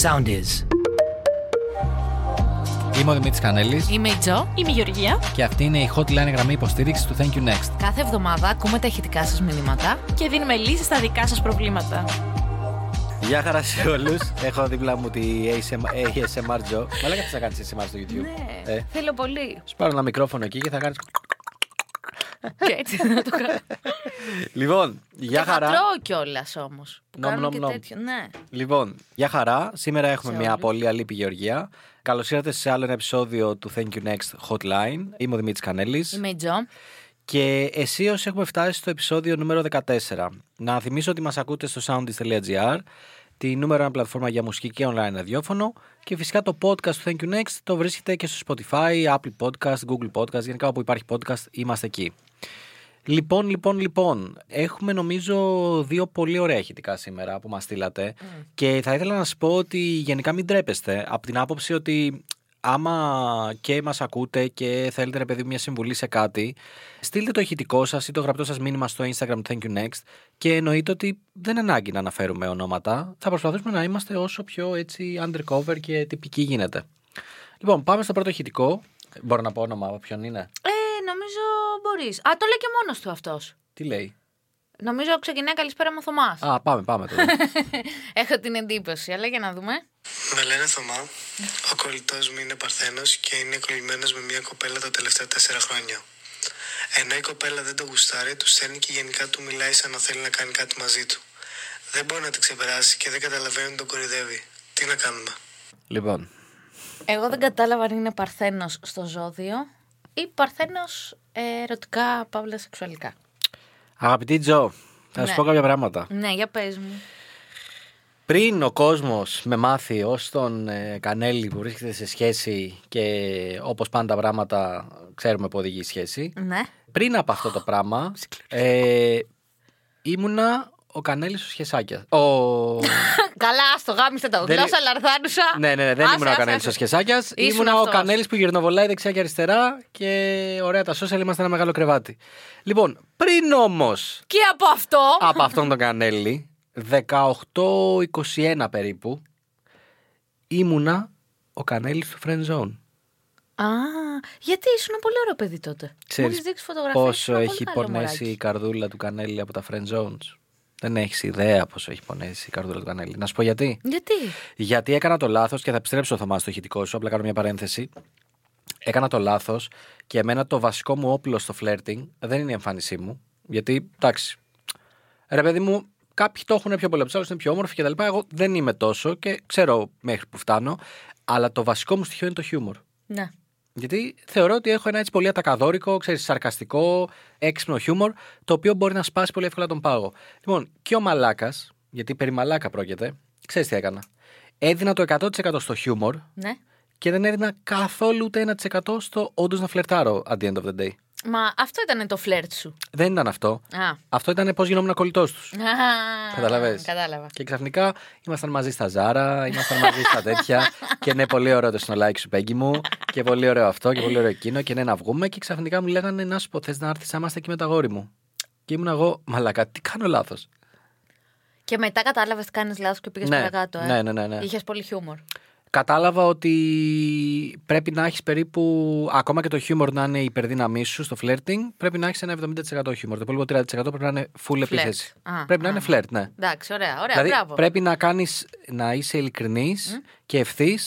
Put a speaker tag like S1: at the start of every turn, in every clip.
S1: Sound is.
S2: Είμαι ο Δημήτρης Κανέλης
S3: Είμαι η Τζο.
S4: Είμαι η Γεωργία
S2: και αυτή είναι η hotline γραμμή υποστήριξης του Thank You Next.
S3: Κάθε εβδομάδα ακούμε τα ηχητικά σας μηνύματα.
S4: και δίνουμε λύσεις στα δικά σας προβλήματα.
S5: Γεια χαρά σε όλους. Έχω δίπλα μου τη ASMR, ASMR Joe. Μαλάκα τι θα κάνεις ASMR στο YouTube.
S3: Ναι.
S5: Ε,
S4: θέλω πολύ.
S5: σου πάρω ένα μικρόφωνο εκεί και θα κάνεις.
S3: και έτσι να το κάνω.
S5: Λοιπόν, γεια
S3: Και
S5: χαρά.
S3: Θα τρώω κιόλας όμως. Που
S5: Νομ,
S3: κάνω
S5: νομ,
S3: και
S5: νομ.
S3: τέτοιο. Ναι.
S5: Λοιπόν, γεια χαρά. Σήμερα έχουμε
S3: Σε
S5: μια
S3: όλους.
S5: πολύ αλήπη Γεωργία. Καλώς ήρθατε σε άλλο ένα επεισόδιο του Thank You Next Hotline. Είμαι ο Δημήτρης Κανέλης.
S3: Είμαι η Τζο.
S5: Και αισίω έχουμε φτάσει στο επεισόδιο νούμερο 14. Να θυμίσω ότι μας ακούτε στο soundist.gr, τη νούμερο 1 πλατφόρμα για μουσική και online ραδιόφωνο. Και φυσικά το podcast του Thank You Next το βρίσκεται και στο Spotify, Apple Podcast, Google Podcast. Γενικά όπου υπάρχει podcast είμαστε εκεί. Λοιπόν, λοιπόν, λοιπόν, έχουμε νομίζω δύο πολύ ωραία ηχητικά σήμερα που μας στείλατε και θα ήθελα να σας πω ότι γενικά μην τρέπεστε από την άποψη ότι άμα και μας ακούτε και θέλετε ρε παιδί μου, μια συμβουλή σε κάτι στείλτε το ηχητικό σας ή το γραπτό σας μήνυμα στο Instagram Thank You Next και εννοείται ότι δεν ανάγκη να αναφέρουμε ονόματα θα προσπαθήσουμε να είμαστε όσο πιο έτσι undercover και τυπικοί γίνεται. Λοιπόν, πάμε στο πρώτο ηχητικό. Μπορώ να πω όνομα, από ποιον είναι.
S3: Ε, νομίζω μπορείς. Α, το λέει και μόνος του αυτός.
S5: Τι λέει.
S3: Νομίζω ξεκινάει καλησπέρα μου Θωμάς.
S5: Α, πάμε, πάμε τώρα.
S3: Έχω την εντύπωση, αλλά για να δούμε.
S6: Με λένε Θωμά. Ο κολλητός μου είναι Παρθένος και είναι κολλημένος με μια κοπέλα τα τελευταία τέσσερα χρόνια. Ενώ η κοπέλα δεν το γουστάρει, του στέλνει και γενικά του μιλάει σαν να θέλει να κάνει κάτι μαζί του. Δεν μπορεί να την ξεπεράσει και δεν καταλαβαίνει ότι τον κορυδεύει. Τι να κάνουμε.
S5: λοιπόν,
S3: Εγώ δεν κατάλαβα αν είναι παρθένος στο ζώδιο ή παρθένος ερωτικά παύλα σεξουαλικά.
S5: Αγαπητή Τζο, θα
S3: Ναι.
S5: σου πω κάποια πράγματα.
S3: Ναι, για πες μου.
S5: Πριν ο κόσμος με μάθει ως τον ε, Κανέλη που βρίσκεται σε σχέση και όπως πάντα τα πράγματα ξέρουμε που οδηγεί η σχέση.
S3: Ναι.
S5: Πριν από αυτό το πράγμα, ε, ήμουνα ο Κανέλης ο Σχεσάκιας. Ο...
S3: Καλά, στο γάμισε το.
S5: Δεν-
S3: Γλώσσα λαρδάνουσα.
S5: ναι, ναι, ναι, δεν
S3: Άσε,
S5: ήμουν ο
S3: άσε,
S5: Κανέλης ο
S3: άσε.
S5: Σχεσάκιας.
S3: Ήσουν
S5: Ήμουνα ο
S3: αυτός.
S5: Κανέλης που γυρνοβολάει δεξιά και αριστερά και ωραία τα social, είμαστε ένα μεγάλο κρεβάτι. Λοιπόν, πριν όμως
S3: Και από αυτό.
S5: από αυτόν τον Κανέλη, 18-21 περίπου, ήμουνα ο Κανέλης του Friend Zone.
S3: Α, γιατί ήσουν πολύ ωραίο παιδί τότε. Μου
S5: Ξέρεις
S3: έχεις δείξει φωτογραφίες.
S5: πόσο
S3: ήσουν πολύ
S5: έχει
S3: καλό
S5: πονέσει η
S3: μωράκι.
S5: καρδούλα του Κανέλη από τα Friend Zones. Δεν έχεις ιδέα πόσο έχει πονέσει η καρδούλα του Κανέλη. Να σου πω γιατί.
S3: Γιατί.
S5: Γιατί έκανα το λάθος και θα επιστρέψω, Θωμάς, στο ηχητικό σου. Απλά κάνω μια παρένθεση. Έκανα το λάθος και εμένα το βασικό μου όπλο στο φλερτινγκ δεν είναι η εμφάνισή μου. Γιατί, εντάξει. Ρε, παιδί μου, κάποιοι το έχουν πιο πολύ από τους άλλους, είναι πιο όμορφοι κτλ. Εγώ δεν είμαι τόσο και ξέρω μέχρι που φτάνω. Αλλά το βασικό μου στοιχείο είναι το χιούμορ.
S3: Ναι.
S5: Γιατί θεωρώ ότι έχω ένα έτσι πολύ ατακαδόρικο, ξέρεις, σαρκαστικό, έξυπνο χιούμορ, το οποίο μπορεί να σπάσει πολύ εύκολα τον πάγο. Λοιπόν, και ο μαλάκας, γιατί περί μαλάκα πρόκειται, ξέρεις τι έκανα. Έδινα το 100% στο χιούμορ
S3: Ναι.
S5: και δεν έδινα καθόλου ούτε 1% στο όντως να φλερτάρω at the end of the day.
S3: Μα αυτό ήταν το φλερτ σου.
S5: Δεν ήταν αυτό.
S3: Α.
S5: Αυτό ήταν πώς γινόμουν κολλητός τους.
S3: Α,
S5: Καταλαβες.
S3: Κατάλαβα.
S5: Και ξαφνικά ήμασταν μαζί στα Ζάρα, ήμασταν μαζί στα τέτοια. και ναι, πολύ ωραίο το συνολάκι σου, Πέγγι μου. Και πολύ ωραίο αυτό και πολύ ωραίο εκείνο. Και ναι, να βγούμε. Και ξαφνικά μου λέγανε να σου πω, θες να έρθεις, είμαστε εκεί με τα γόρι μου. Και ήμουν εγώ, μαλακά, τι κάνω λάθος.
S3: Και μετά κατάλαβες τι κάνεις λάθος και πήγες
S5: Ναι.
S3: παρακάτω. Ε.
S5: Ναι, ναι, ναι, ναι.
S3: Είχες πολύ χιούμορ.
S5: Κατάλαβα ότι πρέπει να έχεις περίπου, ακόμα και το χιούμορ να είναι η υπερδύναμή σου στο flirting, πρέπει να έχεις ένα 70% χιούμορ. Το υπόλοιπο 30% πρέπει να είναι full επίθεση.
S3: Α,
S5: Πρέπει να
S3: α.
S5: είναι φλερτ, ναι.
S3: Εντάξει, ωραία, ωραία,
S5: Δηλαδή
S3: μπράβο.
S5: πρέπει να κάνεις, να είσαι ειλικρινής και ευθύς,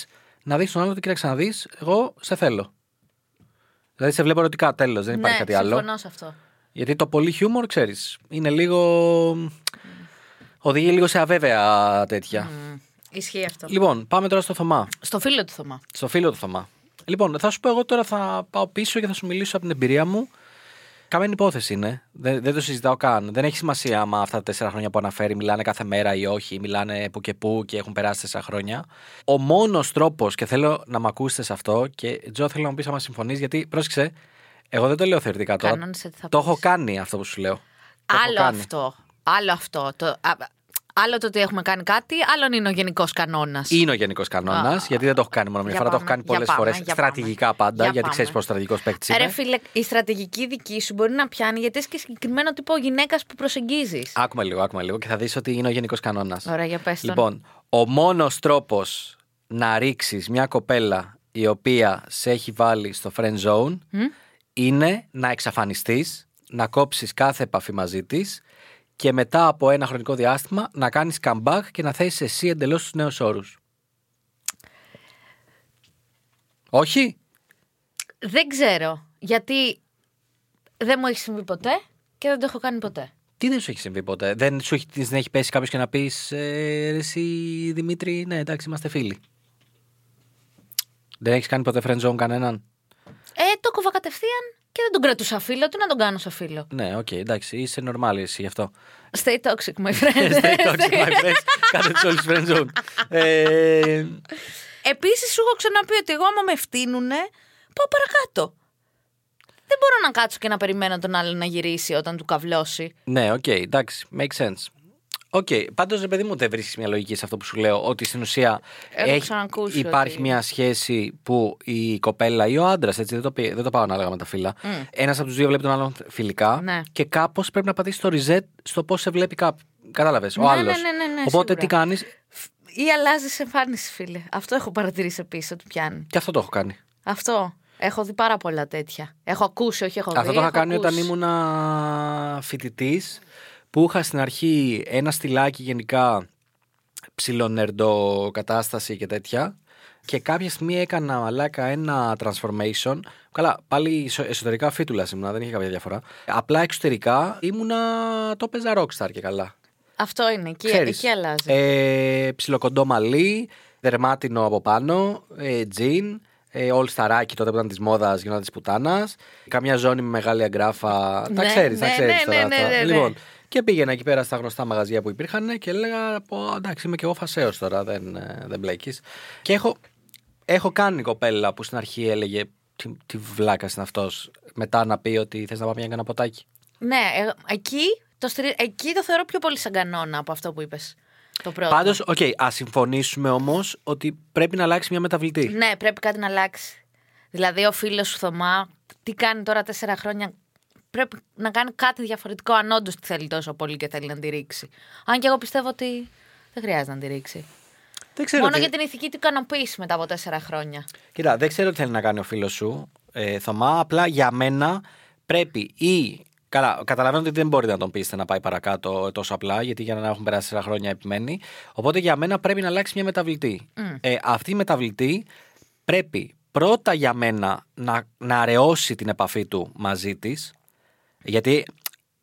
S5: να δει τον άλλο ότι κοίταξε να δεις, εγώ σε θέλω. Δηλαδή σε βλέπω ερωτικά τέλος, δεν υπάρχει
S3: ναι,
S5: κάτι άλλο.
S3: Συμφωνώ σε αυτό.
S5: Γιατί το πολύ χιούμορ, ξέρεις, είναι λίγο. οδηγεί λίγο σε αβέβαια τέτοια.
S3: Μμμ, Ισχύει αυτό.
S5: Λοιπόν, πάμε τώρα στο Θωμά.
S3: Στο φίλο του Θωμά.
S5: Στο φίλο του Θωμά. Λοιπόν, θα σου πω εγώ τώρα θα πάω πίσω και θα σου μιλήσω από την εμπειρία μου. Καμένη υπόθεση είναι. Δεν, δεν το συζητάω καν. Δεν έχει σημασία άμα αυτά τα τέσσερα χρόνια που αναφέρει μιλάνε κάθε μέρα ή όχι, ή μιλάνε που και που και έχουν περάσει τέσσερα χρόνια. Ο μόνος τρόπος, και θέλω να με ακούσετε σε αυτό, και Τζο, θέλω να μου πεις άμα συμφωνείς, γιατί πρόσεξε, εγώ δεν το λέω θεωρητικά τώρα.
S3: Κανόνισε τι θα
S5: το
S3: πεις.
S5: έχω κάνει αυτό που σου λέω. Το έχω
S3: Άλλο
S5: κάνει.
S3: αυτό. Άλλο αυτό. Το, α, άλλο το ότι έχουμε κάνει κάτι, άλλον είναι ο γενικός κανόνας.
S5: Είναι ο γενικός κανόνας,
S3: Α.
S5: γιατί δεν το έχω κάνει μόνο μια
S3: Για
S5: φορά, το έχω κάνει
S3: πάμε, για
S5: πολλές
S3: πάμε,
S5: φορές.
S3: για πάμε.
S5: Στρατηγικά πάντα,
S3: Για
S5: γιατί ξέρεις
S3: πάμε.
S5: πόσο στρατηγικός παίκτης
S3: Ε, Ρε φίλε, η στρατηγική δική σου μπορεί να πιάνει γιατί είσαι και συγκεκριμένο τύπο γυναίκας που προσεγγίζεις.
S5: Άκουμε λίγο, άκουμε λίγο και θα δεις ότι είναι ο γενικός κανόνας.
S3: Ωραία, για πες τον.
S5: Λοιπόν, Ο μόνος τρόπος να ρίξεις μια κοπέλα η οποία σε έχει βάλει στο friend zone είναι να εξαφανιστείς, να κόψεις κάθε επαφή μαζί της και μετά από ένα χρονικό διάστημα να κάνεις comeback και να θέσεις εσύ εντελώς τους νέους όρους. Όχι.
S3: Δεν ξέρω. Γιατί δεν μου έχει συμβεί ποτέ και δεν το έχω κάνει ποτέ.
S5: Τι δεν σου έχει συμβεί ποτέ. Δεν σου έχει, δεν έχει πέσει κάποιος και να πεις ε, ρε εσύ Δημήτρη, ναι εντάξει είμαστε φίλοι. Δεν έχεις κάνει ποτέ friend zone κανέναν.
S3: Ε, το κόβα κατευθείαν και δεν τον κρατούσα φίλο. Τι να τον κάνω σε φίλο.
S5: Ναι, οκ, εντάξει, είσαι normal εσύ γι' αυτό.
S3: Stay toxic, my friend.
S5: Stay toxic, my friends. Κάντε του όλου friend zone. Ε,
S4: Επίσης, σου έχω ξαναπεί ότι εγώ άμα με φτύνουνε, πάω παρακάτω.
S3: δεν μπορώ να κάτσω και να περιμένω τον άλλον να γυρίσει όταν του καβλώσει.
S5: ναι, οκ, εντάξει, make sense. Οκ, πάντως ρε παιδί μου, δεν βρίσκεις μια λογική σε αυτό που σου λέω. Ότι στην ουσία
S3: Έχω ξανακούσει
S5: υπάρχει
S3: ότι-
S5: μια σχέση που η κοπέλα ή ο άντρας, έτσι δεν το, πει- δεν το πάω ανάλογα με τα φύλλα. Ένας από τους δύο βλέπει τον άλλον φιλικά
S3: Ναι.
S5: και κάπως πρέπει να πατήσει το reset στο πώς σε βλέπει κάποιο. Κατάλαβες, ο
S3: Ναι,
S5: άλλος.
S3: ναι, ναι, ναι, ναι,
S5: Οπότε
S3: σίγουρα.
S5: τι κάνεις,
S3: Ή αλλάζει εμφάνιση, φίλε. Αυτό έχω παρατηρήσει επίσης ότι πιάνει.
S5: και αυτό το έχω κάνει.
S3: Αυτό. Έχω δει πάρα πολλά τέτοια. Έχω ακούσει, όχι έχω δει.
S5: Αυτό το είχα
S3: έχω
S5: κάνει όταν
S3: ακούσει.
S5: ήμουν φοιτητής, που είχα στην αρχή ένα στυλάκι γενικά ψιλονερντο κατάσταση και τέτοια. Και κάποια στιγμή έκανα μαλάκα ένα transformation. Καλά, πάλι εσω- εσωτερικά φίτουλα ήμουνα, δεν είχε κάποια διαφορά. Απλά εξωτερικά ήμουνα. Το παίζα rockstar και καλά.
S3: Αυτό είναι. Εκεί,
S5: Ξέρεις.
S3: εκεί αλλάζει.
S5: Ε, ψιλοκοντό μαλλί, δερμάτινο από πάνω, ε, τζιν, ε, all σταράκι τότε που ήταν της μόδας γινόταν της πουτάνας. Καμιά ζώνη με μεγάλη αγκράφα. τα
S3: Ναι,
S5: ξέρεις, τα
S3: ναι,
S5: ξέρεις
S3: ναι,
S5: τώρα.
S3: ναι,
S5: αυτά.
S3: ναι, ναι, ναι.
S5: Λοιπόν, και πήγαινα εκεί πέρα στα γνωστά μαγαζιά που υπήρχαν και έλεγα: πω, Εντάξει, είμαι και εγώ φασαίο τώρα, δεν, ε, δεν μπλέκεις. Και έχω, έχω κάνει κοπέλα που στην αρχή έλεγε: Τι, τι βλάκας είναι αυτός. Μετά να πει ότι θες να πάμε για ένα ποτάκι.
S3: Ναι, ε, εκεί, το στηρι- εκεί το θεωρώ πιο πολύ σαν κανόνα από αυτό που είπες. Το πρώτο.
S5: Πάντως, οκ, ας συμφωνήσουμε όμως ότι πρέπει να αλλάξει μια μεταβλητή.
S3: Ναι, πρέπει κάτι να αλλάξει. Δηλαδή, ο φίλος σου Θωμά, τι κάνει τώρα τέσσερα χρόνια. Πρέπει να κάνει κάτι διαφορετικό, αν όντως τη θέλει τόσο πολύ και θέλει να τη ρίξει. Αν και εγώ πιστεύω ότι δεν χρειάζεται να τη ρίξει.
S5: Δεν ξέρω.
S3: Μόνο
S5: τι...
S3: για την ηθική του ικανοποίηση μετά από τέσσερα χρόνια.
S5: Κοίτα, δεν ξέρω τι θέλει να κάνει ο φίλος σου, ε, Θωμά. Απλά για μένα πρέπει ή. Καλά, καταλαβαίνω ότι δεν μπορείτε να τον πείσετε να πάει παρακάτω τόσο απλά, γιατί για να έχουν περάσει 4 χρόνια επιμένει. Οπότε για μένα πρέπει να αλλάξει μια μεταβλητή. Ε, αυτή η μεταβλητή πρέπει πρώτα για μένα να, να αραιώσει την επαφή του μαζί της γιατί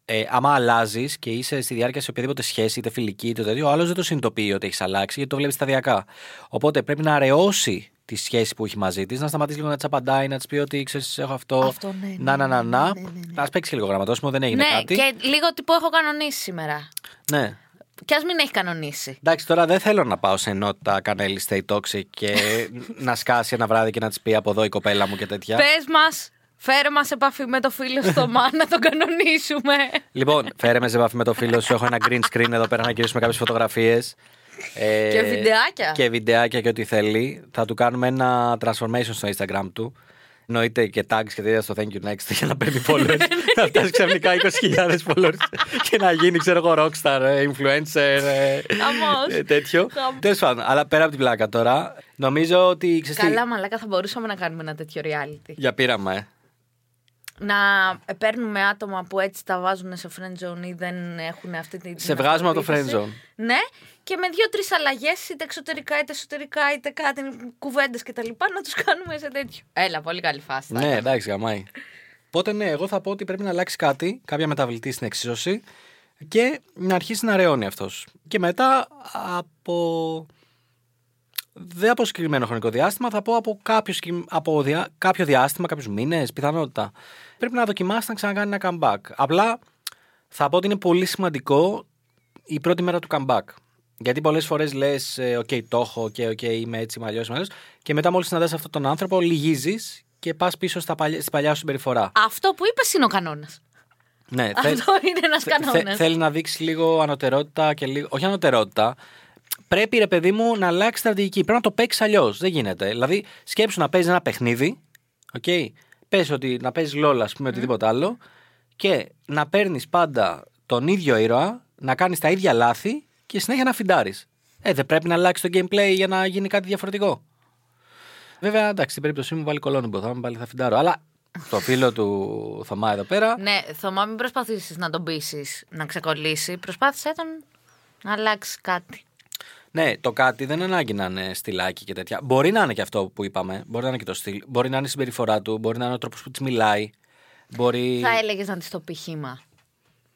S5: ε, άμα αλλάζεις και είσαι στη διάρκεια σε οποιαδήποτε σχέση, είτε φιλική είτε τέτοιο, ο άλλος δεν το συνειδητοποιεί ότι έχεις αλλάξει γιατί το βλέπεις σταδιακά. Οπότε πρέπει να αραιώσει τη σχέση που έχει μαζί της, να σταματήσει λίγο να της απαντάει, να της πει ότι ξέρεις, έχω αυτό.
S3: Αυτό, ναι, ναι,
S5: να, να, να, να. Να παίξει λίγο γραμματόσημο, δεν έγινε
S3: ναι,
S5: κάτι.
S3: και λίγο τι που έχω κανονίσει σήμερα.
S5: Ναι.
S3: Κι ας μην έχει κανονίσει.
S5: Εντάξει, τώρα δεν θέλω να πάω σε ενότητα κανέλη stay toxic και να σκάσει ένα βράδυ και να της πει από εδώ η κοπέλα μου και τέτοια.
S3: Πες μας, φέρε μα επαφή με το φίλο σου Θωμά να τον κανονίσουμε.
S5: Λοιπόν, φέρε με σε επαφή με το φίλο σου. Έχω ένα green screen εδώ πέρα να γυρίσουμε κάποιες φωτογραφίες. Ε,
S3: Και βιντεάκια.
S5: Και βιντεάκια και ό,τι θέλει. Θα του κάνουμε ένα transformation στο Instagram του. Εννοείται και tags και τέτοια στο thank you next για να παίρνει followers. να φτάσει ξαφνικά 20.000 followers και να γίνει, ξέρω εγώ, rockstar, ε, influencer. ε,
S3: Χαμός.
S5: ε, τέτοιο.
S3: Χαμός.
S5: Τέλος πάντων, αλλά πέρα από την πλάκα τώρα, νομίζω ότι ξέρεις.
S3: Καλά, μαλάκα, θα μπορούσαμε να κάνουμε ένα τέτοιο reality.
S5: Για πείραμα, ε.
S3: Να παίρνουμε άτομα που έτσι τα βάζουν σε friend zone ή δεν έχουν αυτή τη.
S5: Σε βγάζουμε από το friend
S3: αυτοπεποίθηση.
S5: zone.
S3: Ναι, και με δύο-τρει αλλαγές, είτε εξωτερικά είτε εσωτερικά, είτε κάτι, κουβέντες κτλ. Να τους κάνουμε σε τέτοιο. Έλα, πολύ καλή φάση.
S5: Ναι, εντάξει, γαμάει. Οπότε ναι, εγώ θα πω ότι πρέπει να αλλάξει κάτι, κάποια μεταβλητή στην εξίσωση και να αρχίσει να ρεώνει αυτός. Και μετά από. Δεν από συγκεκριμένο χρονικό διάστημα, θα πω από κάποιο, συγκεκρι- από δια- κάποιο διάστημα, κάποιους μήνες, πιθανότητα. Πρέπει να δοκιμάσει να ξανακάνει ένα comeback. Απλά θα πω ότι είναι πολύ σημαντικό η πρώτη μέρα του comeback. Γιατί πολλές φορές λες, ε, οκ, το έχω και οκ, είμαι έτσι, είμαι αλλιώς, Και μετά, μόλις συναντάς αυτόν τον άνθρωπο, λυγίζεις και πας πίσω στα παλιά, στην παλιά σου συμπεριφορά.
S3: Αυτό που είπες είναι ο κανόνας.
S5: Ναι, θε-
S3: Αυτό είναι ένας
S5: θε-
S3: κανόνα.
S5: θε- θέλει να δείξει λίγο ανωτερότητα και λίγο. Όχι ανωτερότητα. Πρέπει ρε παιδί μου να αλλάξει στρατηγική. Πρέπει να το παίξεις αλλιώς. Δεν γίνεται. Δηλαδή, σκέψου να παίζεις ένα παιχνίδι. Οκ. Πες ότι να παίζεις λόλα, ας πούμε, οτιδήποτε άλλο. Και να παίρνεις πάντα τον ίδιο ήρωα, να κάνεις τα ίδια λάθη και συνέχεια να φιντάρεις. Ε, δεν πρέπει να αλλάξει το gameplay για να γίνει κάτι διαφορετικό. Βέβαια, εντάξει, στην περίπτωσή μου πάλι κολόνιμπο, θα είμαι πάλι θα φιντάρω. Αλλά το φίλο του Θωμά εδώ πέρα.
S3: Ναι, Θωμά, μην προσπαθήσεις να τον πείσει να ξεκολλήσει. Προσπάθησε τον να αλλάξει κάτι.
S5: Ναι, το κάτι δεν είναι ανάγκη να είναι στυλάκι και τέτοια. Μπορεί να είναι και αυτό που είπαμε. Μπορεί να είναι και το στυλ. Μπορεί να είναι η συμπεριφορά του. Μπορεί να είναι ο τρόπος που της μιλάει. Μπορεί.
S3: Θα έλεγες να της το πει χήμα.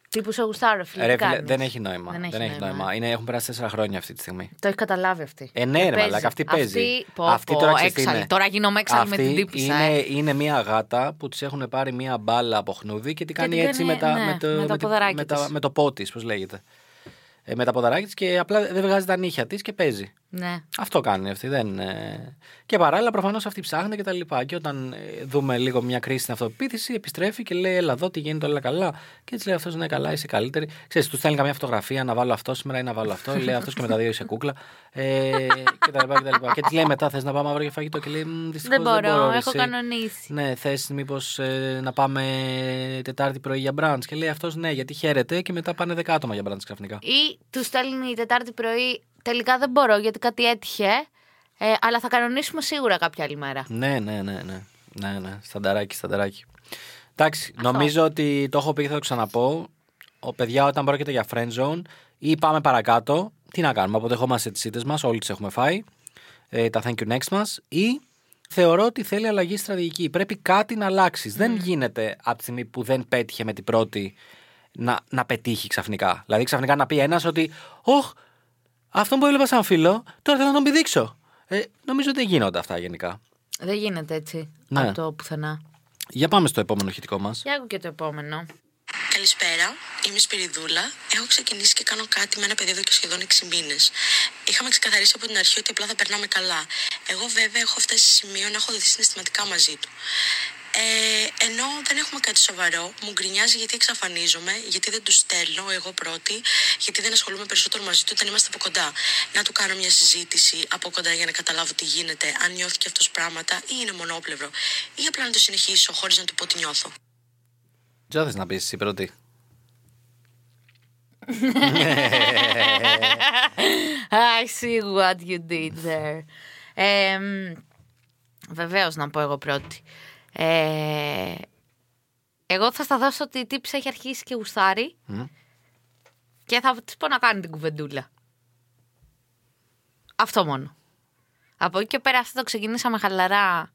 S3: Τύπου σε γουστάρω, φίλε.
S5: Ρε
S3: τι
S5: φίλε,
S3: κάνεις?
S5: δεν έχει νόημα.
S3: Δεν έχει νόημα.
S5: Είναι, έχουν περάσει τέσσερα χρόνια αυτή τη στιγμή.
S3: Το έχει καταλάβει αυτή.
S5: Ε, ναι,
S3: Και
S5: ρε
S3: παίζει.
S5: μαλάκα, αυτή παίζει.
S3: Αυτή, πω, πω,
S5: ξέρεις τι
S3: έξαλλη.
S5: είναι.
S3: Τώρα γίνομαι έξαλλη με
S5: Αυτή
S3: την τύπησα,
S5: Είναι,
S3: ε.
S5: είναι μια γάτα που της έχουν πάρει μια μπάλα από χνούδι και τη κάνει
S3: την
S5: έτσι
S3: κάνει,
S5: με, τα,
S3: ναι,
S5: με, το,
S3: με τα
S5: με τη-
S3: ποδαράκια
S5: με, τα,
S3: της.
S5: με το πότη, πώς λέγεται. Ε, με τα ποδαράκια της και απλά δεν βγάζει τα νύχια της και παίζει.
S3: Ναι.
S5: Αυτό κάνει αυτή. Δεν, ε, Και παράλληλα, προφανώς αυτή ψάχνει και τα λοιπά. Και όταν ε, δούμε λίγο μια κρίση στην αυτοπεποίθηση, επιστρέφει και λέει: Ελά, δω τι γίνεται όλα καλά. Και έτσι λέει αυτός: Ναι, καλά, είσαι καλύτερη. Ξέρεις, τους στέλνει καμιά φωτογραφία να βάλω αυτό σήμερα ή να βάλω αυτό. λέει αυτός και με τα δύο είσαι κούκλα. Ε, και τα λοιπά και τα λοιπά. Και της λέει μετά: Θες να πάμε αύριο για φαγητό. Και λέει: «Μ, Δυστυχώς
S3: Δεν μπορώ,
S5: μπορώ, ρε,
S3: έχω
S5: εσύ».
S3: κανονίσει.
S5: Ναι, θες μήπως να πάμε Τετάρτη πρωί για μπραντ. Και λέει αυτός: Ναι, γιατί χαίρεται. Και μετά πάνε δεκάτομα για μπραντ ξαφνικά.
S3: Ή τους στέλνει η Τετάρτη πρωί. Τελικά δεν μπορώ γιατί κάτι έτυχε. Ε, αλλά θα κανονίσουμε σίγουρα κάποια άλλη μέρα.
S5: Ναι, ναι, ναι, ναι. Ναι, ναι. Στανταράκι, στανταράκι. Εντάξει, νομίζω ότι το έχω πει και θα το ξαναπώ. Ο παιδιά, όταν πρόκειται για friend zone ή πάμε παρακάτω, τι να κάνουμε. Αποδεχόμαστε τι ήττε μας, όλοι τις έχουμε φάει. Ε, τα thank you next μας. Ή θεωρώ ότι θέλει αλλαγή στρατηγική. Πρέπει κάτι να αλλάξεις. Δεν γίνεται από τη στιγμή που δεν πέτυχε με την πρώτη να, να πετύχει ξαφνικά. Δηλαδή ξαφνικά να πει ένας ότι, Ωχ, αυτόν που έβλεπα σαν φίλο, τώρα θέλω να τον πηδήξω. Ε, νομίζω ότι δεν γίνονται αυτά γενικά.
S3: Δεν γίνεται έτσι.
S5: Ναι.
S3: Από το πουθενά.
S5: Για πάμε στο επόμενο χητικό μα.
S3: Και άκου και το επόμενο.
S1: Καλησπέρα, είμαι η Σπυριδούλα. Έχω ξεκινήσει και κάνω κάτι με ένα παιδί εδώ και σχεδόν 6 μήνες. Είχαμε ξεκαθαρίσει από την αρχή ότι απλά θα περνάμε καλά. Εγώ βέβαια έχω φτάσει σε σημείο να έχω δοθεί συναισθηματικά μαζί του. Ε, ενώ δεν έχουμε κάτι σοβαρό, μου γκρινιάζει γιατί εξαφανίζομαι, γιατί δεν τους στέλνω εγώ πρώτη, γιατί δεν ασχολούμαι περισσότερο μαζί του όταν είμαστε από κοντά. Να του κάνω μια συζήτηση από κοντά για να καταλάβω τι γίνεται, αν νιώθει και αυτός πράγματα ή είναι μονόπλευρο, ή απλά να το συνεχίσω χωρίς να του πω τι νιώθω.
S5: Τζο θες να πεις εσύ πρώτη.
S3: I see what you did there. Ε, Βεβαίως να πω εγώ πρώτη. Ε, εγώ θα σταθώ στο ότι η τύψη έχει αρχίσει και γουστάρει. Και θα της πω να κάνει την κουβεντούλα. Αυτό μόνο. Από εκεί και πέρα αυτό το ξεκινήσαμε χαλαρά.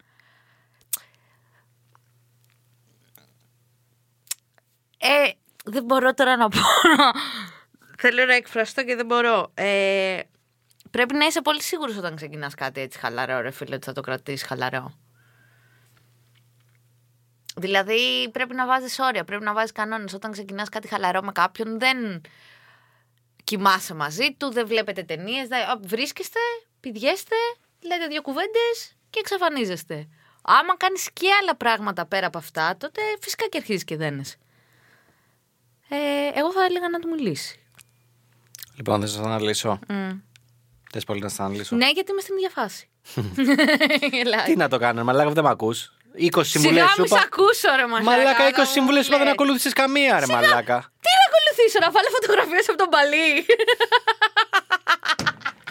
S3: Ε, δεν μπορώ τώρα να πω. Θέλω να εκφραστώ και δεν μπορώ. Ε, πρέπει να είσαι πολύ σίγουρος όταν ξεκινάς κάτι έτσι χαλαρό, ρε φίλε, ότι θα το κρατήσεις χαλαρό. Δηλαδή πρέπει να βάζεις όρια, πρέπει να βάζεις κανόνες. Όταν ξεκινάς κάτι χαλαρό με κάποιον δεν κοιμάσαι μαζί του, δεν βλέπετε ταινίες. Βρίσκεστε, πηγαίνετε, λέτε δύο κουβέντες και εξαφανίζεστε. Άμα κάνεις και άλλα πράγματα πέρα από αυτά, τότε φυσικά και αρχίζεις και δένεσαι. Ε, εγώ θα έλεγα να του μιλήσει.
S5: Λοιπόν, θες να σε αναλύσω. Θες πολύ να σε αναλύσω.
S3: Mm. Ναι, γιατί είμαι στην ίδια φάση. Ελά.
S5: Τι να το κάνω, μαλάκα δεν με ακούς. 20 συμβουλές
S3: Σιγά
S5: σου.
S3: μη σ'
S5: είπα-
S3: ακούσω, ρε μαλάκα.
S5: Μαλάκα, 20
S3: όταν μου
S5: συμβουλές σου είπα, δεν
S3: λες.
S5: ακολούθησες καμία, ρε μαλάκα.
S3: Τι να ακολουθήσω, να βάλω φωτογραφίες από τον παλί.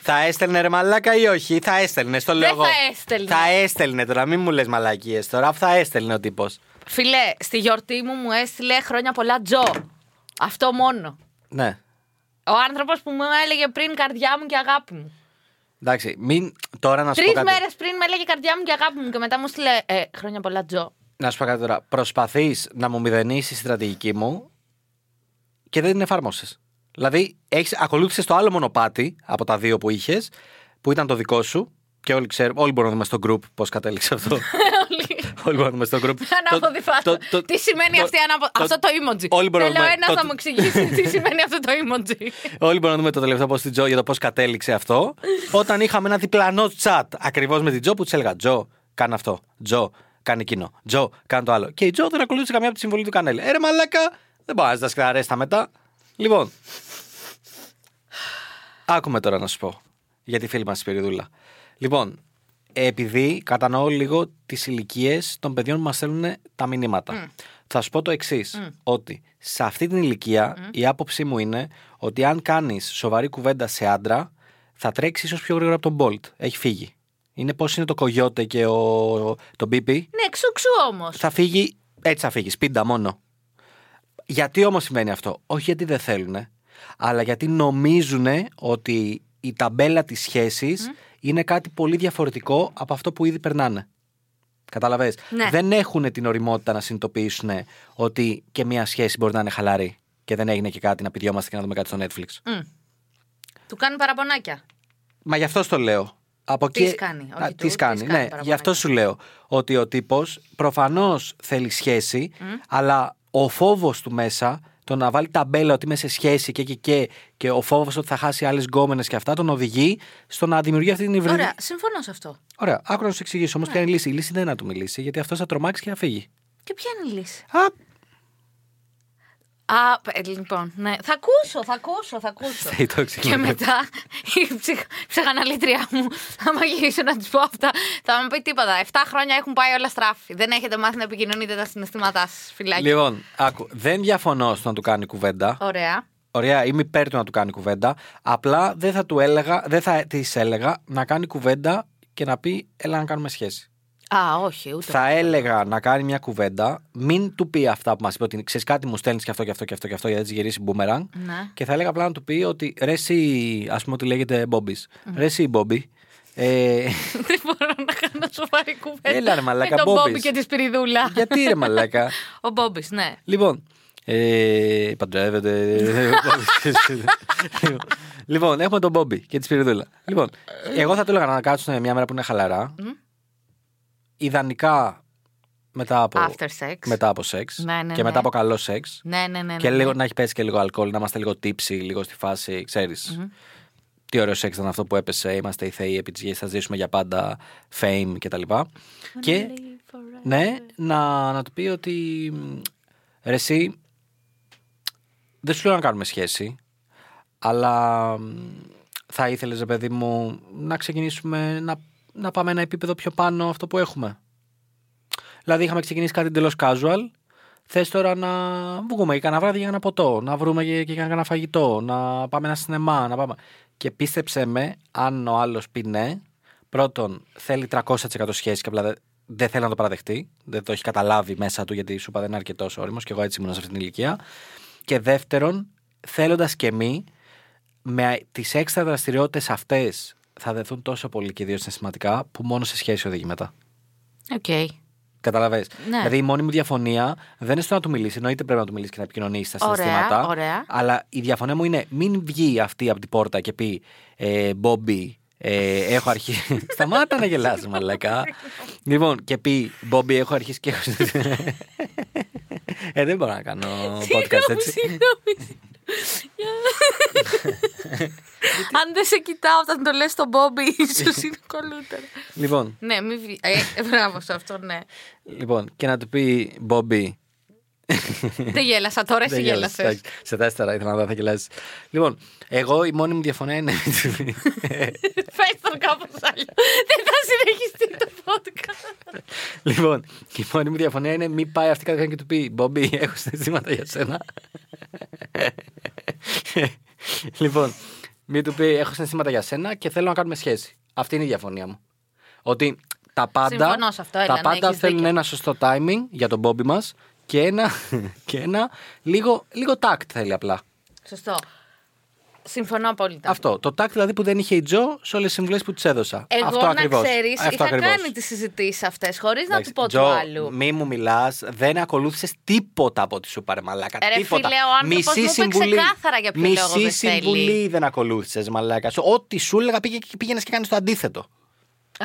S5: Θα έστελνε ρε μαλάκα ή όχι, θα έστελνε, στο λέω
S3: Δεν
S5: εγώ.
S3: θα έστελνε.
S5: Θα έστελνε τώρα, μην μου λες μαλακίες τώρα, αφού θα έστελνε ο τύπος.
S3: Φιλέ, στη γιορτή μου μου έστειλε χρόνια πολλά Τζο. Αυτό μόνο.
S5: Ναι.
S3: Ο άνθρωπος που μου έλεγε πριν καρδιά μου και αγάπη μου.
S5: Εντάξει, μην τώρα να σου
S3: Τρει
S5: πω κάτι.
S3: μέρες πριν με έλεγε καρδιά μου και αγάπη μου και μετά μου στείλε ε, χρόνια πολλά Τζο.
S5: Να σου πω κάτι τώρα. Προσπαθείς να μου μηδενίσεις τη στρατηγική μου και δεν την εφάρμοσε. Δηλαδή, έχεις, ακολούθησες το άλλο μονοπάτι από τα δύο που είχες, που ήταν το δικό σου. Και όλοι ξέρουμε, όλοι μπορούμε να δούμε στο group πώς κατέληξε αυτό. όλοι μπορούμε να δούμε στο group.
S3: Ανάποδη φάση. Τι σημαίνει αυτή η ανάποδη. Αυτό το emoji.
S5: Όλοι μπορούμε να
S3: Θέλω
S5: δούμε
S3: ένα
S5: το-
S3: να μου εξηγήσεις τι σημαίνει αυτό το emoji.
S5: Όλοι μπορούμε να δούμε το τελευταίο πώ την Τζο για το πώς κατέληξε αυτό. Όταν είχαμε ένα διπλανό chat ακριβώς με την Τζο που της έλεγα Τζο, κάνε αυτό. Τζο, κάνε εκείνο. Τζο, κάνε το άλλο. Και η Τζο δεν ακολούθησε καμία από τη συμβολή του Κανέλη. Έρε μαλάκα, δεν μπορεί να ζητά τα μετά. Λοιπόν. Άκουμε τώρα να σου πω για τη φίλη μας Σπυριδούλα. Λοιπόν, επειδή κατανοώ λίγο τις ηλικίες των παιδιών που μας στέλνουν τα μηνύματα, θα σου πω το εξής: Ότι σε αυτή την ηλικία η άποψή μου είναι ότι αν κάνεις σοβαρή κουβέντα σε άντρα, θα τρέξεις ίσω πιο γρήγορα από τον Bolt. Έχει φύγει. Είναι πώς είναι το Coyote και ο, το BP.
S3: Ναι, ξουξού όμως.
S5: Θα φύγει, έτσι θα φύγει, σπίντα μόνο. Γιατί όμως σημαίνει αυτό, Όχι γιατί δεν θέλουν, αλλά γιατί νομίζουν ότι η ταμπέλα της σχέσης είναι κάτι πολύ διαφορετικό από αυτό που ήδη περνάνε. Κατάλαβε.
S4: Ναι.
S5: Δεν έχουν την οριμότητα να συνειδητοποιήσουν ότι και μία σχέση μπορεί να είναι χαλαρή και δεν έγινε και κάτι να πηδιόμαστε και να δούμε κάτι στο Netflix.
S3: Του κάνουν παραπονάκια.
S5: Μα γι' αυτό στο λέω. Από
S3: Τις
S5: εκεί-
S3: κάνει, όχι
S5: Α,
S3: του,
S5: τις
S3: τις
S5: κάνει,
S3: κάνει
S5: ναι.
S3: παραπονάκια.
S5: Γι' αυτό σου λέω ότι ο τύπος προφανώς θέλει σχέση, αλλά ο φόβος του μέσα, το να βάλει ταμπέλα ότι είμαι σε σχέση και και και, και ο φόβος ότι θα χάσει άλλες γκόμενες και αυτά, τον οδηγεί στο να δημιουργεί αυτή την υβριδική.
S3: Ωραία, Ναι. συμφωνώ σε αυτό.
S5: Ωραία. Άκουρα να σου εξηγήσω όμως ποια είναι η λύση. Η λύση δεν είναι να του μιλήσει, γιατί αυτό θα τρομάξει και θα φύγει.
S3: Και ποια είναι η λύση.
S5: Α,
S3: Α, ε, λοιπόν, ναι. Θα ακούσω, θα ακούσω, θα ακούσω.
S5: φταίει το
S3: Και
S5: εξηγητικό.
S3: μετά η ψυχ, ψυχαναλήτριά μου, άμα γυρίσω να της πω αυτά, θα μου πει τίποτα. 7 χρόνια έχουν πάει όλα στράφη. Δεν έχετε μάθει να επικοινωνείτε τα συναισθήματά σας, φυλάκι.
S5: Λοιπόν, άκου, δεν διαφωνώ στο να του κάνει κουβέντα.
S3: Ωραία.
S5: Ωραία, είμαι υπέρ του να του κάνει κουβέντα. Απλά δεν θα του έλεγα, δεν θα της έλεγα να κάνει κουβέντα και να πει έλα να κάνουμε σχέση.
S3: Α, όχι, ούτε.
S5: Θα έλεγα να κάνει μια κουβέντα, μην του πει αυτά που μας είπε, ότι ξέρεις κάτι μου στέλνεις και αυτό και αυτό και αυτό και αυτό, γιατί τη γυρίσει μπούμεραν.
S3: Ναι.
S5: Και θα έλεγα απλά να του πει ότι ρε, εσύ, ας πούμε ότι λέγεται Μπόμπις. Ρε, εσύ, Μπόμπι. Ε,
S3: Δεν μπορώ να κάνω σοβαρή κουβέντα.
S5: Έλα, ρε μαλάκα,
S3: Με τον Μπόμπις
S5: Μπόμπης.
S3: και τη Σπυριδούλα.
S5: γιατί ρε, μαλάκα.
S3: Ο Μπόμπις, ναι.
S5: Λοιπόν, ε, παντρεύεται. λοιπόν, έχουμε τον Μπόμπι και τη Σπυριδούλα. Λοιπόν, εγώ θα του έλεγα να κάτσουν μια μέρα που είναι χαλαρά. Ιδανικά μετά από,
S3: After sex.
S5: μετά από σεξ
S3: Ναι, ναι,
S5: και μετά
S3: ναι.
S5: από καλό σεξ.
S3: Ναι, ναι, ναι.
S5: Και
S3: ναι.
S5: λίγο, να έχει πέσει και λίγο αλκοόλ, να είμαστε λίγο τύψοι, λίγο στη φάση, ξέρεις. Τι ωραίο σεξ ήταν αυτό που έπεσε. Είμαστε οι θεοί επί της γης, θα ζήσουμε για πάντα fame κτλ. Και, τα λοιπά. και ναι, να, να του πει ότι μ, ρε εσύ, δεν σου λέω να κάνουμε σχέση, αλλά μ, θα ήθελες ρε παιδί μου να ξεκινήσουμε να, να πάμε ένα επίπεδο πιο πάνω αυτό που έχουμε. Δηλαδή είχαμε ξεκινήσει κάτι εντελώς casual. Θες τώρα να βγούμε για κανένα βράδυ για ένα ποτό, να βρούμε και, και για κανένα φαγητό, να πάμε ένα σινεμά, να πάμε. Και πίστεψε με, αν ο άλλος πει ναι, πρώτον θέλει 300% σχέση και απλά δεν δεν θέλει να το παραδεχτεί. Δεν το έχει καταλάβει μέσα του γιατί σου είπα δεν είναι αρκετός όριμος και εγώ έτσι ήμουν σε αυτήν την ηλικία. Και δεύτερον, θέλοντας και μη, με τις έξτρα δραστηριότητες αυτές θα δεθούν τόσο πολύ και ιδίω συναισθηματικά που μόνο σε σχέση οδηγεί μετά.
S3: Οκ.
S5: Καταλαβέ.
S3: Ναι.
S5: Δηλαδή η μόνη μου διαφωνία δεν είναι στο να του μιλήσεις. Εννοείται πρέπει να του μιλήσεις και να επικοινωνήσεις τα
S3: Ωραία,
S5: συναισθήματα.
S3: ωραία.
S5: Αλλά η διαφωνία μου είναι μην βγει αυτή από την πόρτα και πει ε, Μπόμπι, ε, έχω αρχίσει. Σταμάτα να γελάς μαλακά. λοιπόν, και πει Μπόμπι, έχω αρχίσει και έχω. ε, δεν μπορώ να κάνω podcast έτσι.
S3: Συγγνώμη. Αν δεν σε κοιτάω όταν το λες στον Μπόμπι, ίσως είναι κολύτερο.
S5: λοιπόν,
S3: ναι, μη βγει. Ε, ε, μπράβο σε αυτό, ναι.
S5: λοιπόν, και να του πει Μπόμπι,
S3: δεν γέλασα τώρα, εσύ
S5: Δεν γέλασες,
S3: γέλασες.
S5: εντάξει. Σε τέσσερα ήθελα να δω, θα γελάσεις. Λοιπόν, εγώ η μόνη μου διαφωνία είναι.
S3: Πες τον κάπως άλλο. Δεν θα συνεχιστεί το podcast.
S5: λοιπόν, η μόνη μου διαφωνία είναι μη πάει αυτή καταρχήν και του πει Μπομπί, έχω συναισθήματα για σένα. λοιπόν, μη του πει έχω συναισθήματα για σένα και θέλω να κάνουμε σχέση. Αυτή είναι η διαφωνία μου. Ότι τα πάντα,
S3: Συμφωνώ σε αυτό,
S5: τα
S3: Έλενα,
S5: πάντα
S3: έχεις
S5: θέλουν
S3: δίκιο.
S5: ένα σωστό timing για τον Μπόμπι μας και ένα, και ένα λίγο, λίγο tact θέλει απλά.
S3: Σωστό. Συμφωνώ απόλυτα.
S5: Αυτό. Το τάκ δηλαδή που δεν είχε η Τζο σε όλες τις συμβουλές που της έδωσα.
S3: Εγώ
S5: αυτό
S3: να
S5: ακριβώς.
S3: ξέρεις,
S5: Αυτό
S3: είχα
S5: ακριβώς.
S3: κάνει τις συζητήσεις αυτές, χωρίς να
S5: Εντάξει,
S3: του πω
S5: Τζο,
S3: του άλλου.
S5: Μη μου μιλάς, δεν ακολούθησες τίποτα από τη σου πάρε μαλάκα.
S3: Ε, ρε,
S5: τίποτα.
S3: φίλε, ο άνθρωπος μου είπε ξεκάθαρα για ποιο
S5: μισή
S3: λόγο δεν θέλει.
S5: συμβουλή δεν ακολούθησες, μαλάκα. Σου- Ό,τι σου έλεγα πήγε, πήγαινες και κάνεις το αντίθετο.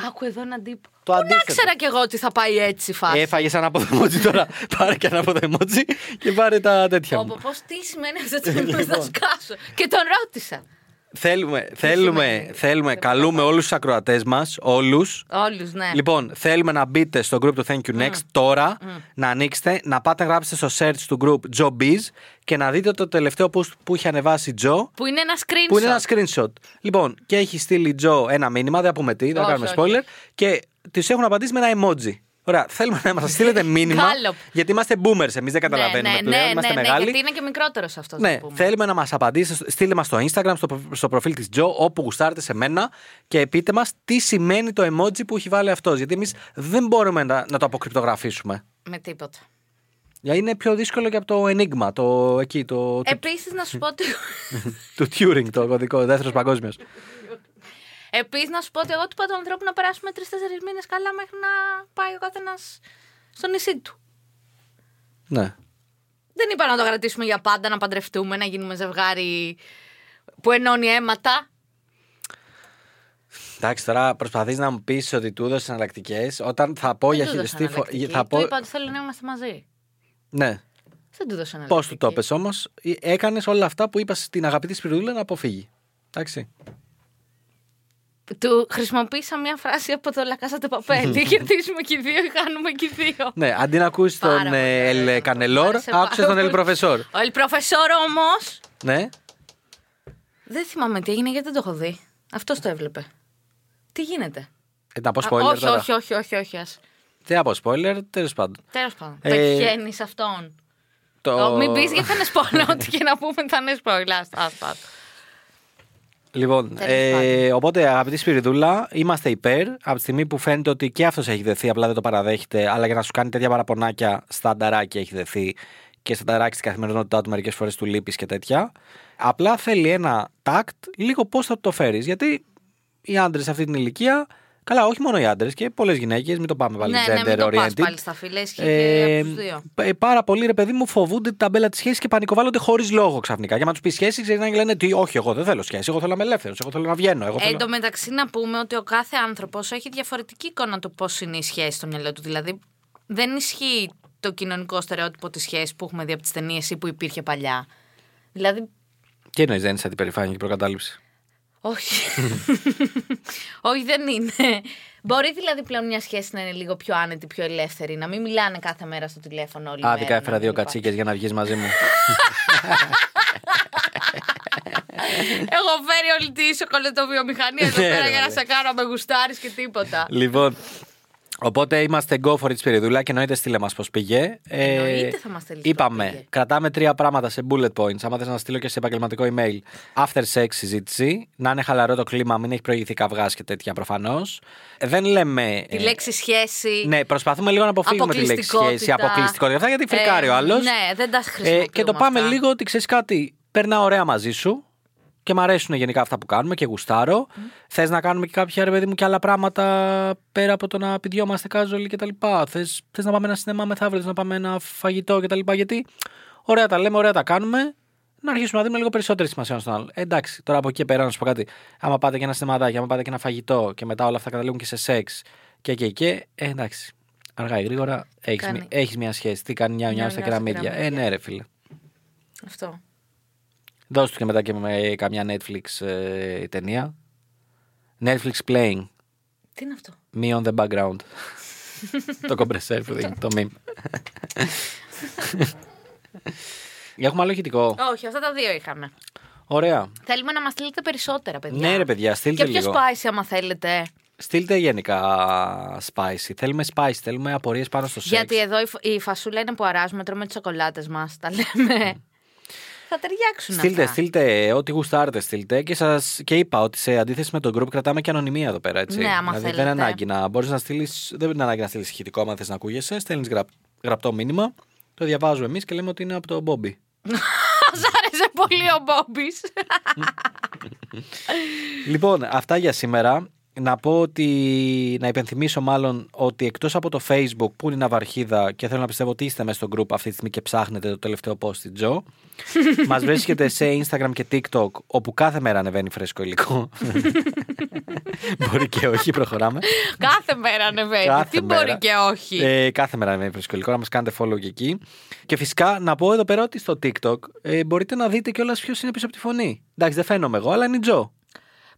S3: Άκου εδώ έναν τύπο.
S5: Το
S3: Πού να
S5: αντίθετο. Ε,
S3: ξέρα κι εγώ ότι θα πάει έτσι η φάση.
S5: Έφαγες ένα αποδεμότσι τώρα. πάρε και ένα αποδεμότσι και πάρε τα τέτοια. μου.
S3: Όπω πώ τι σημαίνει αυτό το λοιπόν. θα
S5: Λοιπόν.
S3: σκάσω. Και τον ρώτησα.
S5: Θέλουμε, θέλουμε, θέλουμε, καλούμε όλους τους ακροατές μας, όλους,
S3: Όλους, ναι.
S5: Λοιπόν, θέλουμε να μπείτε στο group του Thank You Next τώρα, να ανοίξετε, να πάτε να γράψετε στο search του group Joe Biz και να δείτε το τελευταίο post που είχε ανεβάσει Joe,
S3: Που είναι ένα screenshot.
S5: που είναι ένα screenshot. Λοιπόν, και έχει στείλει Joe ένα μήνυμα, δεν θα πούμε τι, δεν θα
S3: Όχι,
S5: κάνουμε
S3: όχι.
S5: spoiler, και τη έχουν απαντήσει με ένα emoji. Ωραία, θέλουμε να μας στείλετε μήνυμα.
S3: Γκάλωπ.
S5: γιατί είμαστε boomers, εμείς δεν
S3: ναι,
S5: καταλαβαίνουμε
S3: ναι,
S5: πλέον.
S3: ναι,
S5: είμαστε
S3: ναι, ναι,
S5: μεγάλοι.
S3: γιατί είναι και μικρότερος αυτός.
S5: Ναι,
S3: πούμε.
S5: θέλουμε να μας απαντήσετε. Στείλτε μας στο Instagram, στο, προ- στο προφίλ της Τζο, όπου γουστάρετε σε μένα και πείτε μας τι σημαίνει το emoji που έχει βάλει αυτός. Γιατί εμείς δεν μπορούμε να, να το αποκρυπτογραφήσουμε.
S3: Με τίποτα.
S5: Γιατί είναι πιο δύσκολο και από το Enigma, το εκεί, το, του,
S3: Επίσης, να σου πω ότι.
S5: του Turing, το κωδικό, δεύτερος παγκόσμιος.
S3: Επίσης, να σου πω ότι εγώ του είπα του ανθρώπου να περάσουμε τρει-τέσσερι μήνες καλά μέχρι να πάει ο καθένας στο νησί του.
S5: ναι.
S3: Δεν είπα να το κρατήσουμε για πάντα, να παντρευτούμε, να γίνουμε ζευγάρι που ενώνει αίματα.
S5: Εντάξει, τώρα προσπαθείς να μου πεις ότι του έδωσες εναλλακτικές. Όταν θα πω
S3: Δεν
S5: για
S3: του έδωσα
S5: χειριστή φο-
S3: εναλλακτική.
S5: Θα πω...
S3: Του είπα ότι θέλω να είμαστε μαζί.
S5: Ναι.
S3: Δεν του
S5: Πώ
S3: δώσα
S5: του
S3: εναλλακτική.
S5: το είπε όμω, έκανες όλα αυτά που είπα στην αγαπητή Σπυρούλα να αποφύγει. Εντάξει.
S3: Του χρησιμοποίησα μια φράση από το Λακάσα Παπέλ. Κερδίζουμε και οι δύο, χάνουμε και οι δύο.
S5: Ναι, αντί να ακούσεις
S3: Πάρα
S5: τον
S3: πολύ
S5: ε,
S3: ωραίο.
S5: Ελ
S3: Μ'
S5: Κανελόρ,
S3: άρεσε πάρα
S5: άκουσες τον Ελ
S3: πολύ.
S5: Προφεσόρ.
S3: Ο Ελ Προφεσόρ όμως.
S5: Ναι.
S3: Δεν θυμάμαι τι έγινε γιατί δεν το έχω δει. Αυτός το έβλεπε. Τι γίνεται.
S5: Ε, να πω
S3: Α,
S5: spoiler
S3: όχι,
S5: τώρα.
S3: όχι, όχι, όχι, όχι.
S5: Τι να πω spoiler, τέλος πάντων.
S3: Τέλος πάντων.
S5: Ε,
S3: Πετυχαίνει αυτόν. Το... Μην πεις γιατί θα είναι σπόλα. Ό,τι και να πούμε θα είναι σπόλα. Άστα, άστα.
S5: Λοιπόν,
S3: Τέλος
S5: ε, οπότε αγαπητή Σπυριδούλα, είμαστε υπέρ. Από τη στιγμή που φαίνεται ότι και αυτός έχει δεθεί, απλά δεν το παραδέχεται, αλλά για να σου κάνει τέτοια παραπονάκια στα ανταράκια έχει δεθεί και στα ανταράκια στην καθημερινότητά του μερικές φορές του λείπει και τέτοια. Απλά θέλει ένα τάκτ, λίγο πώς θα το φέρεις. Γιατί οι άντρες σε αυτή την ηλικία, καλά, όχι μόνο οι άντρες και πολλές γυναίκες, μην το πάμε πάλι
S3: Ναι, ναι, μην
S5: gender
S3: το πας
S5: oriented.
S3: πάλι στα φύλλα, ισχύει και
S5: Ε,
S3: από τους δύο.
S5: ε, πάρα πολλοί ρε παιδί μου φοβούνται την ταμπέλα της σχέσης και πανικοβάλλονται χωρίς λόγο ξαφνικά. Για να τους πεις σχέση, ξέρεις να λένε Τι, όχι, εγώ δεν θέλω σχέση. Εγώ θέλω να είμαι ελεύθερος. Εγώ θέλω να βγαίνω. Εγώ
S3: Εν
S5: θέλω...
S3: τω μεταξύ να πούμε ότι ο κάθε άνθρωπος έχει διαφορετική εικόνα του πώς είναι η σχέση στο μυαλό του. Δηλαδή, δεν ισχύει το κοινωνικό στερεότυπο της σχέσης που έχουμε δει από τις ταινίες ή που υπήρχε παλιά. Δηλαδή,
S5: Τι εννοείς, δεν είσαι αντιπεριφάνεια και προκατάληψη.
S3: όχι. όχι, δεν είναι. Μπορεί δηλαδή πλέον μια σχέση να είναι λίγο πιο άνετη, πιο ελεύθερη, να μην μιλάνε κάθε μέρα στο τηλέφωνο όλη μέρα.
S5: Άδικα
S3: να
S5: έφερα
S3: μην
S5: δύο
S3: ναι, υπάρχει.
S5: κατσίκες για να βγεις μαζί μου.
S3: Έχω φέρει όλη τη σοκολατοβιομηχανία εδώ
S5: Ναι,
S3: πέρα
S5: ρε,
S3: για να
S5: μαλάκα.
S3: σε κάνω με γουστάρεις και τίποτα.
S5: λοιπόν, οπότε είμαστε go for it Σπυριδούλα και εννοείται στείλε μας πώς πήγε. Ε,
S3: Εννοείται θα μας στείλεις πώς
S5: Είπαμε,
S3: πήγε.
S5: κρατάμε τρία πράγματα σε bullet points. Άμα θες να στείλω και σε επαγγελματικό email. After sex συζήτηση. Να είναι χαλαρό το κλίμα, μην έχει προηγηθεί καυγάς και τέτοια προφανώς. Δεν λέμε.
S3: Τη
S5: ε,
S3: λέξη σχέση.
S5: Ναι, προσπαθούμε λίγο να αποφύγουμε τη λέξη σχέση,
S3: Αποκλειστικότητα.
S5: αποκλειστικότητα. Αυτά γιατί
S3: Ε,
S5: φρικάρει ο άλλος.
S3: ναι, δεν τα χρησιμοποιούμε
S5: και το πάμε
S3: αυτά.
S5: λίγο ότι ξέρεις κάτι. Περνά ωραία μαζί σου και μ' αρέσουν γενικά αυτά που κάνουμε και γουστάρω. Θες Θε να κάνουμε και κάποια ρε παιδί μου και άλλα πράγματα πέρα από το να πηδιόμαστε κάζολοι και τα λοιπά. Θες θες να πάμε ένα σινεμά μεθαύριο, θες να πάμε ένα φαγητό και τα λοιπά. Γιατί ωραία τα λέμε, ωραία τα κάνουμε. Να αρχίσουμε να δίνουμε λίγο περισσότερη σημασία ένα στον άλλο. Ε, εντάξει, τώρα από εκεί και πέρα να σου πω κάτι. Άμα πάτε και ένα σινεμαδάκι, άμα πάτε και ένα φαγητό και μετά όλα αυτά καταλήγουν και σε σεξ και και και. Ε, εντάξει. Αργά ή γρήγορα έχεις
S3: κάνει.
S5: μια σχέση. Τι κάνει μια
S3: Μια-μια
S5: νιά στα κεραμίδια. Ε, ναι, ρε φίλε.
S3: Αυτό.
S5: Δώσ' του και μετά και με καμιά Netflix ε, ταινία. Netflix playing.
S3: Τι είναι αυτό.
S5: Me on the background. το κομπρεσέρ που δίνει, το meme. Έχουμε άλλο ηχητικό.
S3: Όχι, αυτά τα δύο είχαμε.
S5: Ωραία.
S3: Θέλουμε να μας στείλετε περισσότερα, παιδιά.
S5: Ναι, ρε παιδιά, στείλτε
S3: Και πιο
S5: λίγο.
S3: spicy, άμα θέλετε.
S5: Στείλτε γενικά spicy. Θέλουμε spicy, θέλουμε απορίες πάνω στο σεξ.
S3: Γιατί εδώ η, φ- η φασούλα είναι που αράζουμε, τρώμε τις σοκολάτες μας. Τα λέμε. Θα ταιριάξουν
S5: Στείλτε,
S3: αυτά.
S5: στείλτε ε, ό,τι γουστάρετε, στείλτε. Και, σας, και είπα ότι σε αντίθεση με τον group κρατάμε και ανωνυμία εδώ πέρα. Έτσι.
S3: Ναι, άμα
S5: δηλαδή
S3: θέλετε.
S5: δεν είναι ανάγκη να μπορείς να στείλεις. Δεν είναι ανάγκη να στείλεις ηχητικό, άμα θες να ακούγεσαι. Στέλνεις γραπτό μήνυμα, το διαβάζουμε εμείς και λέμε ότι είναι από τον Μπόμπι.
S3: Μας άρεσε πολύ ο Μπόμπι.
S5: Λοιπόν, αυτά για σήμερα. Να πω ότι, να υπενθυμίσω μάλλον ότι εκτός από το facebook που είναι η Ναυαρχίδα και θέλω να πιστεύω ότι είστε μέσα στο group αυτή τη στιγμή και ψάχνετε το τελευταίο post στην Τζο, μας βρίσκεται σε instagram και tiktok όπου κάθε μέρα ανεβαίνει φρέσκο υλικό. Μπορεί και όχι, προχωράμε.
S3: Κάθε μέρα ανεβαίνει.
S5: Κάθε
S3: Ε, Τι
S5: μέρα.
S3: μπορεί και όχι.
S5: Ε, κάθε μέρα είναι φρέσκο υλικό, να μας κάνετε follow και εκεί. Και φυσικά να πω εδώ πέρα ότι στο TikTok ε, μπορείτε να δείτε κιόλας ποιος είναι πίσω από τη φωνή. Εντάξει, δεν φαίνομαι εγώ, αλλά είναι η Τζο.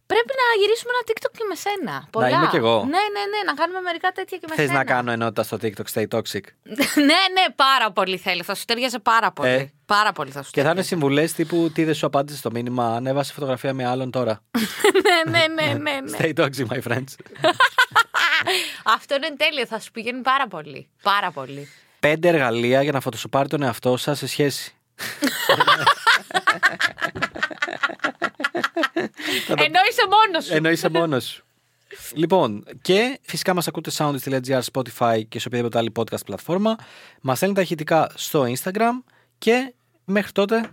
S3: Πρέπει να γυρίσουμε ένα TikTok και με σένα. Πολλά.
S5: είμαι κι εγώ.
S3: Ναι, ναι, ναι, να κάνουμε μερικά τέτοια και με
S5: Θες
S3: σένα.
S5: να κάνω ενότητα στο TikTok, stay toxic.
S3: ναι, ναι, πάρα πολύ θέλω. Θα σου ταιριάζει πάρα πολύ.
S5: Ε.
S3: Πάρα πολύ θα σου
S5: Και θα
S3: ταιριάζει.
S5: είναι συμβουλές τύπου τι δεν σου απάντησε στο μήνυμα, ανέβασε φωτογραφία με άλλον τώρα. Ε.
S3: ναι, ναι, ναι, ναι. ναι.
S5: Stay toxic, my friends.
S3: Αυτό είναι τέλειο. Θα σου πηγαίνει πάρα πολύ. Πάρα πολύ.
S5: Πέντε εργαλεία για να φωτοσουπάρει τον εαυτό σας σε σχέση. Ε,
S3: Ενώ είσαι μόνος σου.
S5: Ενώ είσαι μόνος σου. Λοιπόν, και φυσικά μας ακούτε soundist.gr, Spotify και σε οποιαδήποτε άλλη podcast πλατφόρμα. Μας στέλνετε ηχητικά στο Instagram και μέχρι τότε.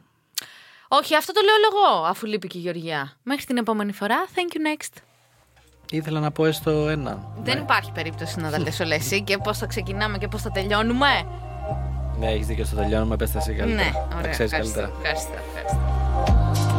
S3: Όχι, αυτό το λέω εγώ, αφού λείπει και η Γεωργιά. Μέχρι την επόμενη φορά. Thank you next.
S5: Ήθελα να πω έστω ένα.
S3: Δεν υπάρχει περίπτωση να τα λες όλα εσύ και πώς θα ξεκινάμε και πώς θα τελειώνουμε.
S5: Ναι, έχεις δίκιο στο τελειώνουμε. Πες τα εσύ καλύτερα.
S3: Ναι,
S5: Να
S3: ωραία.
S5: ξέρεις
S3: ευχαριστώ,
S5: καλύτερα.
S3: ευχαριστώ, ευχαριστώ.